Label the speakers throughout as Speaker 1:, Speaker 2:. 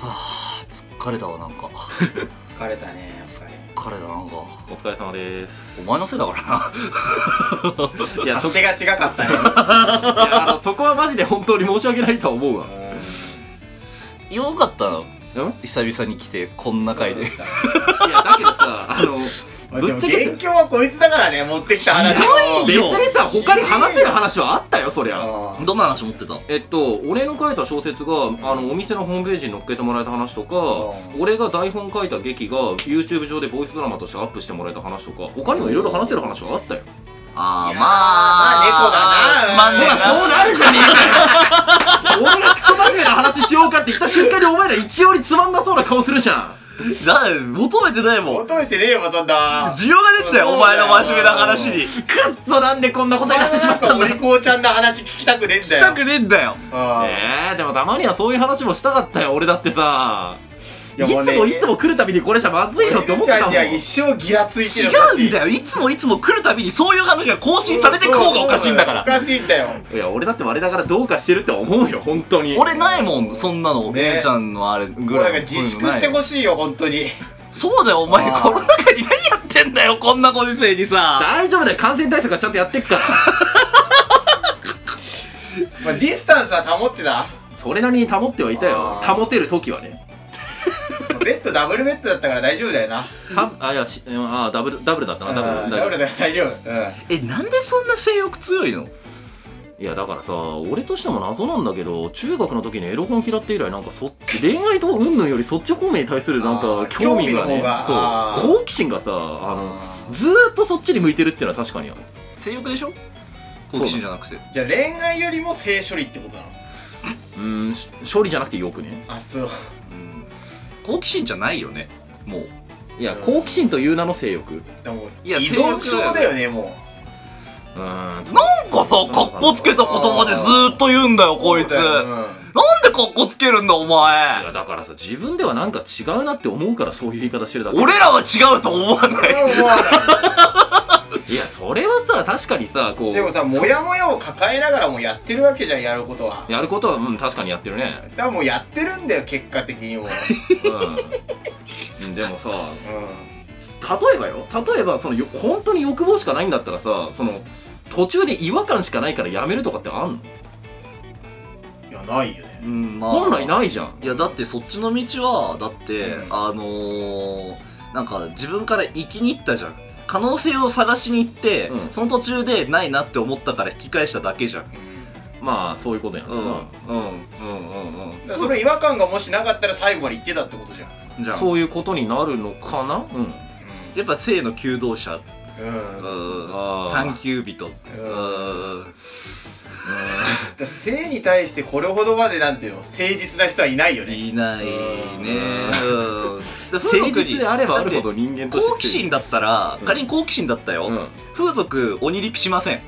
Speaker 1: はあ疲れたわなんか
Speaker 2: 疲れたねやっぱり
Speaker 1: 疲れたなんか
Speaker 3: お疲れ様で
Speaker 1: お
Speaker 3: す。
Speaker 1: 前のせいだからない
Speaker 3: や、そ
Speaker 2: 手が違か ったね
Speaker 3: いやあのそこはマジで本当に申し訳ないとは思うわ。
Speaker 1: よかったの
Speaker 3: うん
Speaker 1: 久々に来てこんな回で
Speaker 3: いや、だけどさ、あの、
Speaker 2: まあ
Speaker 3: ぶ
Speaker 2: で
Speaker 3: っ
Speaker 2: も
Speaker 3: ちゃけ
Speaker 2: 元凶はこいつだからね持ってきた話
Speaker 3: 別にさ、他に話せる話はあったよ、そりゃ。
Speaker 2: あ
Speaker 1: どんな話持ってた
Speaker 3: えっと、俺の書いた小説が、あの、お店のホームページに載っけてもらえた話とか、
Speaker 2: うん
Speaker 3: 俺が台本書いた劇が、YouTube 上でボイスドラマとしてアップしてもらえた話とか、他にもいろいろ話せる話はあったよ。
Speaker 1: あ
Speaker 2: い
Speaker 1: ー
Speaker 2: やー
Speaker 1: まあつま
Speaker 2: まあ
Speaker 1: んね
Speaker 2: 猫だ
Speaker 1: え
Speaker 2: なほらそうなるじゃねえ
Speaker 3: 俺がクソ真面目な話しようかって言った瞬間にお前ら一応につまんなそうな顔するじゃん。
Speaker 1: だ求めてないもん
Speaker 2: 求めてねえよそんな
Speaker 1: 需要が出てたよ
Speaker 2: そうだよ
Speaker 1: お前の真面目な話に
Speaker 3: くっそなんでこんな
Speaker 2: お
Speaker 3: ことにな
Speaker 2: 前
Speaker 3: ってしま
Speaker 2: な
Speaker 3: っ
Speaker 2: んか
Speaker 3: たん
Speaker 2: お
Speaker 3: だ
Speaker 2: 利口ちゃんの話聞きたくねえんだよ
Speaker 1: したくねえんだよ
Speaker 2: うん
Speaker 3: えー、でもたまにはそういう話もしたかったよ俺だってさい
Speaker 2: やもう
Speaker 3: つ
Speaker 2: ね
Speaker 3: もいつも来るたびにこれじゃまずいよって思っ
Speaker 2: 猫
Speaker 3: て
Speaker 2: ち
Speaker 3: た
Speaker 2: ゃ
Speaker 3: も
Speaker 2: ん
Speaker 3: ん
Speaker 2: には一生ギラついてる
Speaker 1: 違うんだ
Speaker 2: よ
Speaker 1: よいつもいつも来るたびにそういう話が更新されてく方がおかしいんだから
Speaker 2: おかしいんだよ
Speaker 3: いや俺だって我ながらどうかしてるって思うよ本当に
Speaker 1: 俺ないもんそんなのお姉ちゃんのあれぐ
Speaker 2: もう
Speaker 1: ら
Speaker 2: ないん
Speaker 1: の
Speaker 2: か自粛してほしいよ本当に
Speaker 1: そうだよお前
Speaker 2: あー
Speaker 1: この中に何やってんだよこんなご時世にさ
Speaker 3: 大丈夫だよ感染対策はちゃんとやってっから
Speaker 2: まあディスタンスは保ってた
Speaker 3: それなりに保ってはいたよ
Speaker 2: あー
Speaker 3: 保てる時はね
Speaker 2: ベッドダブルベッドだったから大丈夫だよな
Speaker 3: たあいやしうんあーダブルダブルだったなダブ
Speaker 2: うん
Speaker 3: ル
Speaker 2: ダ
Speaker 3: ダ
Speaker 2: ブ
Speaker 3: ブ
Speaker 2: ルだ
Speaker 3: ル
Speaker 2: よ大丈夫うん
Speaker 1: えなんでそんな性欲強いの
Speaker 3: いやだからさ俺としても謎なんだけど中学の時にエロ本嫌って以来なんかそ恋愛と云々よりそっち方面に対するなん
Speaker 2: あ
Speaker 3: か
Speaker 2: ー
Speaker 3: 興味が
Speaker 2: 興味の
Speaker 3: ね
Speaker 2: 方があ
Speaker 3: そ
Speaker 2: ー
Speaker 3: う好奇心がさあの
Speaker 2: あー
Speaker 3: ずーっとそっちに向いてるってのは確かにある
Speaker 1: 性欲でしょ好奇心じゃなくて
Speaker 2: じゃあ恋愛よりも性処理ってことなの
Speaker 3: うーんし勝利じゃなくてよくね
Speaker 2: あそう
Speaker 1: うん好奇心じゃないよねもう
Speaker 3: いや好奇心という名の性欲う
Speaker 2: でも
Speaker 1: いや
Speaker 2: 依存症だよねも
Speaker 3: ーん
Speaker 1: なんかさかっこつけた言葉でずーっと言うんだよ
Speaker 2: う
Speaker 1: こいつ
Speaker 2: そうだ
Speaker 1: な
Speaker 2: よ
Speaker 1: ん
Speaker 2: うん
Speaker 1: でかっこつけるんだお
Speaker 3: いや
Speaker 1: 前
Speaker 3: だからさ自分ではなんか違うなって思うからそういう言い方してるだけ
Speaker 1: 俺らは違うと思わない
Speaker 2: 思わない
Speaker 3: いやそれはさ確かにさこう
Speaker 2: でも さモヤモヤを抱えながらもやってるわけじゃんやることは
Speaker 3: やることはうん確かにやってるね
Speaker 2: だからもうやってるんだよ結果的にもう、
Speaker 3: うん でもさ
Speaker 2: う
Speaker 3: 例えばよ例えばそのよ本当に欲望しかないんだったらさその途中で違和感しかないからやめるとかってあんの
Speaker 2: ん、いやないよね
Speaker 1: うんま
Speaker 3: 本来ないじゃん
Speaker 1: いやだってそっちの道はだって、
Speaker 2: うん
Speaker 1: あのー、なんか自分から行きに行ったじゃん可能性を探しに行って、
Speaker 3: うん
Speaker 1: その途中でないなって思ったから引き返しただけじゃん
Speaker 3: まあそういうことやな、
Speaker 1: うんうんうんうん
Speaker 2: だからその違和感がもしなかったら最後まで言ってたってことじゃん
Speaker 1: うんじゃあ
Speaker 3: そういうことになるのかなうん
Speaker 1: やっぱ性の求道者
Speaker 2: うん、
Speaker 1: う
Speaker 2: うん、だか
Speaker 1: ん
Speaker 3: あー
Speaker 1: 探求人う
Speaker 2: うん
Speaker 1: ん
Speaker 2: ら性に対してこれほどまでなんていうの誠実な人はいないよね
Speaker 1: いないねうんで風
Speaker 3: 誠
Speaker 1: 俗
Speaker 3: 実
Speaker 1: に
Speaker 3: であればあるほ
Speaker 1: だっ
Speaker 3: ど人間
Speaker 1: て
Speaker 3: として
Speaker 1: 好奇心だったら
Speaker 3: うん
Speaker 1: 仮に好奇心だったよ、
Speaker 3: う
Speaker 1: 風俗鬼リピしません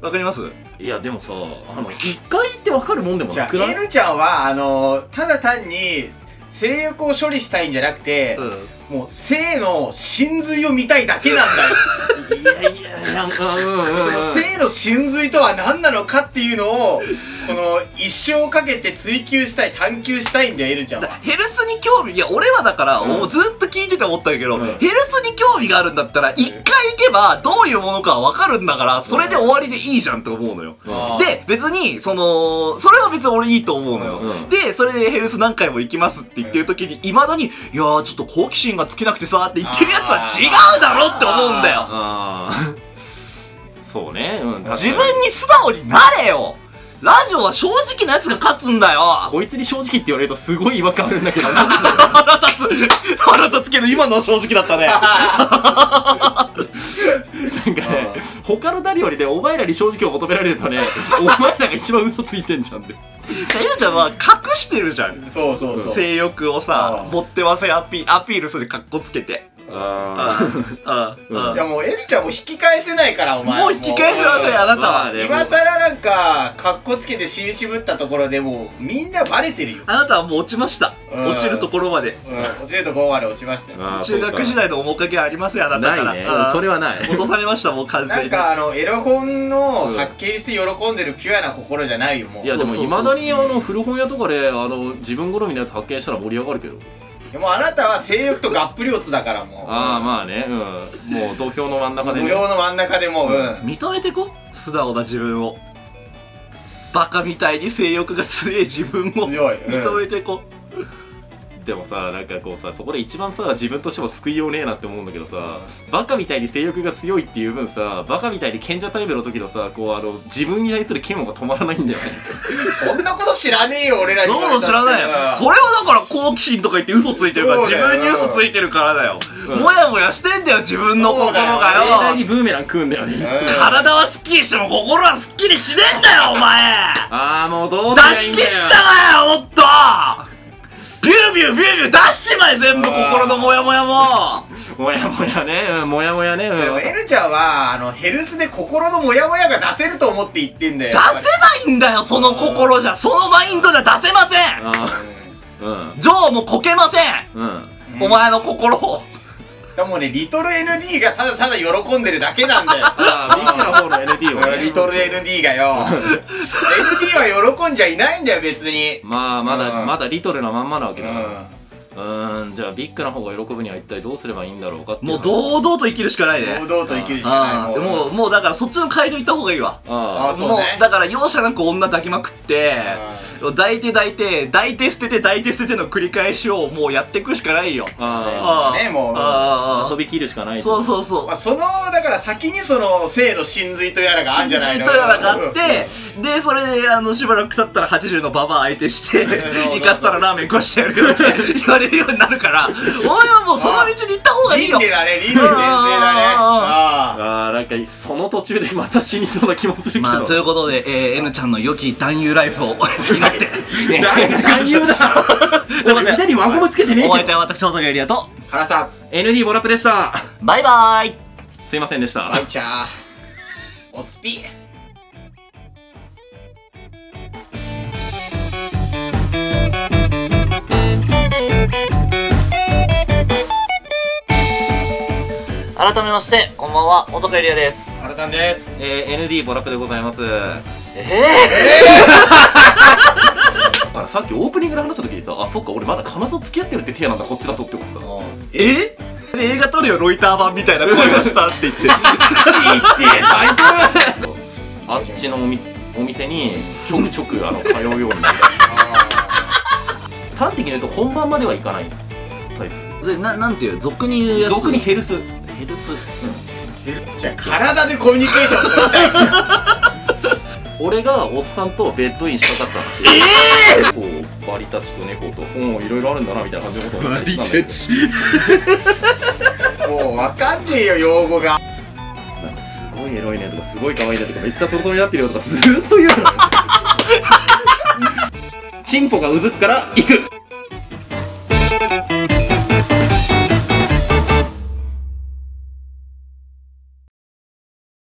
Speaker 1: わかります
Speaker 3: ん、いやでもさあの一回行って分かるもんでも
Speaker 2: じ
Speaker 3: な
Speaker 2: ゃあ
Speaker 3: くない
Speaker 2: N ちゃんはあのーただ単に性欲を処理したいんじゃなくて、
Speaker 1: うん
Speaker 2: もう性の真髄を見たいだけなんだよ
Speaker 3: いやいやなんかうんうんうん
Speaker 2: その性の真髄とは何なのかっていうのをこの一生をかけて追求したい探求したいんだよエルちゃん
Speaker 1: だ
Speaker 2: は
Speaker 1: ヘルスに興味いや俺はだから、
Speaker 3: うん
Speaker 1: もうずっと聞いてて思ったけど、
Speaker 3: うん
Speaker 1: ヘルスに興味があるんだったら一回行けばどういうものかわかるんだからそれで終わりでいいじゃんって思うのよ、
Speaker 2: あー
Speaker 1: で別にそのそれは別に俺いいと思うのよ、
Speaker 3: うんうん
Speaker 1: でそれでヘルス何回も行きますって言ってる時にいまだに「いやーちょっと好奇心が尽きなくてさ」って言ってるやつは違うだろって思うんだよ
Speaker 3: あーそうねうん確か
Speaker 1: 自
Speaker 3: に
Speaker 1: 分に素直になれよラジオは正直なやつが勝つんだよ
Speaker 3: こいつに正直って言われるとすごい違和感あるんだけど
Speaker 1: 腹立つ腹立つけど今のは正直だったね
Speaker 3: なんかね他の誰よりねお前らに正直を求められると ねお前らが一番嘘ついてんじゃんって
Speaker 1: エルちゃんは隠してるじゃん
Speaker 2: そうそうそう
Speaker 1: 性欲をさ
Speaker 2: あー
Speaker 1: 持ってませんアピアピールするかっこつけて
Speaker 3: あ
Speaker 1: ああ
Speaker 3: うん
Speaker 2: いやもうエルちゃんもう引き返せないからお前
Speaker 1: もう引き返せませんあ
Speaker 2: も
Speaker 1: な
Speaker 2: う
Speaker 1: たは
Speaker 3: まあね
Speaker 2: 今更なんかか、かっこつけてし渋ったところでもう、みんなバレてるよ。
Speaker 1: あなたはもう落ちました
Speaker 2: うん
Speaker 1: 落ちるところまで
Speaker 2: うん、落ちるところまで落ちましたよ。
Speaker 3: あー
Speaker 1: 中学時代の面影はありませんあなたか
Speaker 3: な
Speaker 1: ら
Speaker 3: いね
Speaker 1: あー
Speaker 3: それはない
Speaker 1: 落とされましたもう完
Speaker 2: な
Speaker 1: 全
Speaker 2: ん
Speaker 1: に
Speaker 2: かあの、エロ本の発見して喜んでるピュアな心じゃないよ、もう。
Speaker 3: いや
Speaker 1: そ
Speaker 3: で
Speaker 1: う
Speaker 3: も
Speaker 1: そうそう
Speaker 3: いまだにあの古本屋とかであの自分好みのやつ発見したら盛り上がるけど
Speaker 2: でもあなたは性欲と合ップ両つだからもう。
Speaker 3: ああまあねうんもう土俵の真ん中で
Speaker 2: 無
Speaker 3: ね
Speaker 2: 料の真ん中でもう、うん。
Speaker 1: 認めてこ素直な自分をバカみたいに性欲が強い自分を
Speaker 2: 強い。
Speaker 1: 認
Speaker 2: うん。
Speaker 1: めてこ
Speaker 3: でもさなんかこうさそこで一番さ自分としても救いようねえなって思うんだけどさバカみたいに性欲が強いっていう分さバカみたいに賢者タイムの時のさこうあの自分に対する嫌悪が止まらないんだよね
Speaker 2: そんなこと知らねえよ、俺ら
Speaker 1: そ
Speaker 2: に
Speaker 1: ん
Speaker 2: 言
Speaker 1: な
Speaker 2: わ
Speaker 1: こと知
Speaker 2: れたって
Speaker 1: らないよそれはだから好奇心とか言って嘘ついてるから
Speaker 2: そう
Speaker 1: 自
Speaker 2: だ
Speaker 1: 分
Speaker 2: よ
Speaker 1: に嘘ついてるからだよ
Speaker 3: うん
Speaker 1: もやもやしてんだよ自分の心
Speaker 2: そう
Speaker 3: 盛
Speaker 1: が
Speaker 3: 大に
Speaker 1: よ
Speaker 3: ブーメラン食うんだよね、
Speaker 2: うん
Speaker 1: 体はすっきりしても心はすっきりしねえんだよお前
Speaker 3: ああもうどう
Speaker 1: 出
Speaker 3: すりゃいい
Speaker 1: し
Speaker 3: ん
Speaker 1: 切っ
Speaker 3: だよ
Speaker 1: ちゃえよもっとビュービュービュービュー出しちまえ全部心のモヤモヤも
Speaker 3: もやもやねうんもやもやねうん
Speaker 2: でも、エルちゃんは、あの、ヘルスで心のモヤモヤが出せると思って言ってんだよ。
Speaker 1: 出
Speaker 2: やっぱり
Speaker 1: せないんだよその心じゃそのマインドじゃ出せません
Speaker 3: あーうん
Speaker 1: ジョーもこけません
Speaker 3: うん
Speaker 2: うん
Speaker 1: お前の心を
Speaker 2: でもね、リトル ND がただただ喜んでるだけなんだよ。
Speaker 3: ああビッグな方の NT をね
Speaker 2: リトル ND がよ。ND は喜んじゃいないんだよ、別に。
Speaker 3: まあまだ、
Speaker 2: うん
Speaker 3: まだリトルなまんまなわけ
Speaker 2: う
Speaker 3: だから
Speaker 2: ん。
Speaker 3: うーんじゃあビッグな方が喜ぶには一体どうすればいいんだろうかってい
Speaker 1: もう堂々と生きるしかない
Speaker 2: 堂
Speaker 1: ね
Speaker 2: 々と生きるし
Speaker 1: あ
Speaker 2: かな
Speaker 1: あ
Speaker 2: い。
Speaker 1: もうもうだからそっちの街道行った方がいいわ
Speaker 3: あ
Speaker 2: あそうね
Speaker 1: もうだから容赦なく女抱きまくって抱いて抱いて抱いて捨てて抱いて捨てての繰り返しをもうやっていくしかないよ
Speaker 3: あ
Speaker 1: あ
Speaker 3: あ
Speaker 1: あ
Speaker 2: ねもう
Speaker 1: ああ
Speaker 3: 遊びきるしかない
Speaker 1: そう
Speaker 3: う
Speaker 1: そうそう
Speaker 2: まあ、そのだから先にその性の真髄とやらがあるんじゃないの
Speaker 1: とやらがあって、で、それで、あの、しばらく経ったら80のババア相手 して、
Speaker 2: そう
Speaker 1: 行かせたらラーメン食わしてやるよって言われるようになるから、 お前はもうその道に行った方がいい
Speaker 2: 輪
Speaker 1: よ。
Speaker 2: 廻だね輪廻伝説だねあ
Speaker 3: ああなんかその途中でまた死にそうな気もするけど
Speaker 1: まあ、ということで、えー、N ちゃんの良き男優ライフを祈って、 えー
Speaker 3: 男優だお前腕に輪ゴムつけてね
Speaker 1: お
Speaker 3: え
Speaker 1: 相
Speaker 3: け
Speaker 1: 手
Speaker 3: ど
Speaker 1: は私、大坂エリアと、
Speaker 2: あ辛さ
Speaker 3: ND ボラップでした
Speaker 1: バイバーイ
Speaker 3: すいませんでした
Speaker 2: あいちゃーおつぴ
Speaker 1: 改めまして、こんばんは、大坂エリアです。
Speaker 2: 辛さんです
Speaker 3: えー、ND ボラップでございます
Speaker 1: え
Speaker 3: あらさっきオープニングで話した時にさあそっか俺まだ彼女と付き合ってるって手なんだこっちだとってことだ
Speaker 1: ぇ、えで映画撮るよ、ロイター版みたいな声がしたって言 って。
Speaker 3: あっちのお店お店にちょくちょくあの通うようになった端的に言うと本番まではいかないタイプ
Speaker 1: それ、な、なんていう、俗に言うやつ。
Speaker 3: 俗にヘルス
Speaker 1: ヘルス。
Speaker 2: じゃあ体でコミュニケーション取りたい
Speaker 3: 俺がおっさんとベッドインしたかった話ええこうバリたちと猫と本をいろいろあるんだなみたいな感じのことをバ
Speaker 1: ち。
Speaker 2: もう分かんねえよ用語が
Speaker 3: なんかすごいエロいねとかすごい可愛いねとかめっちゃトロトロになって るよとかずーっと言うのチンポがうずくから行く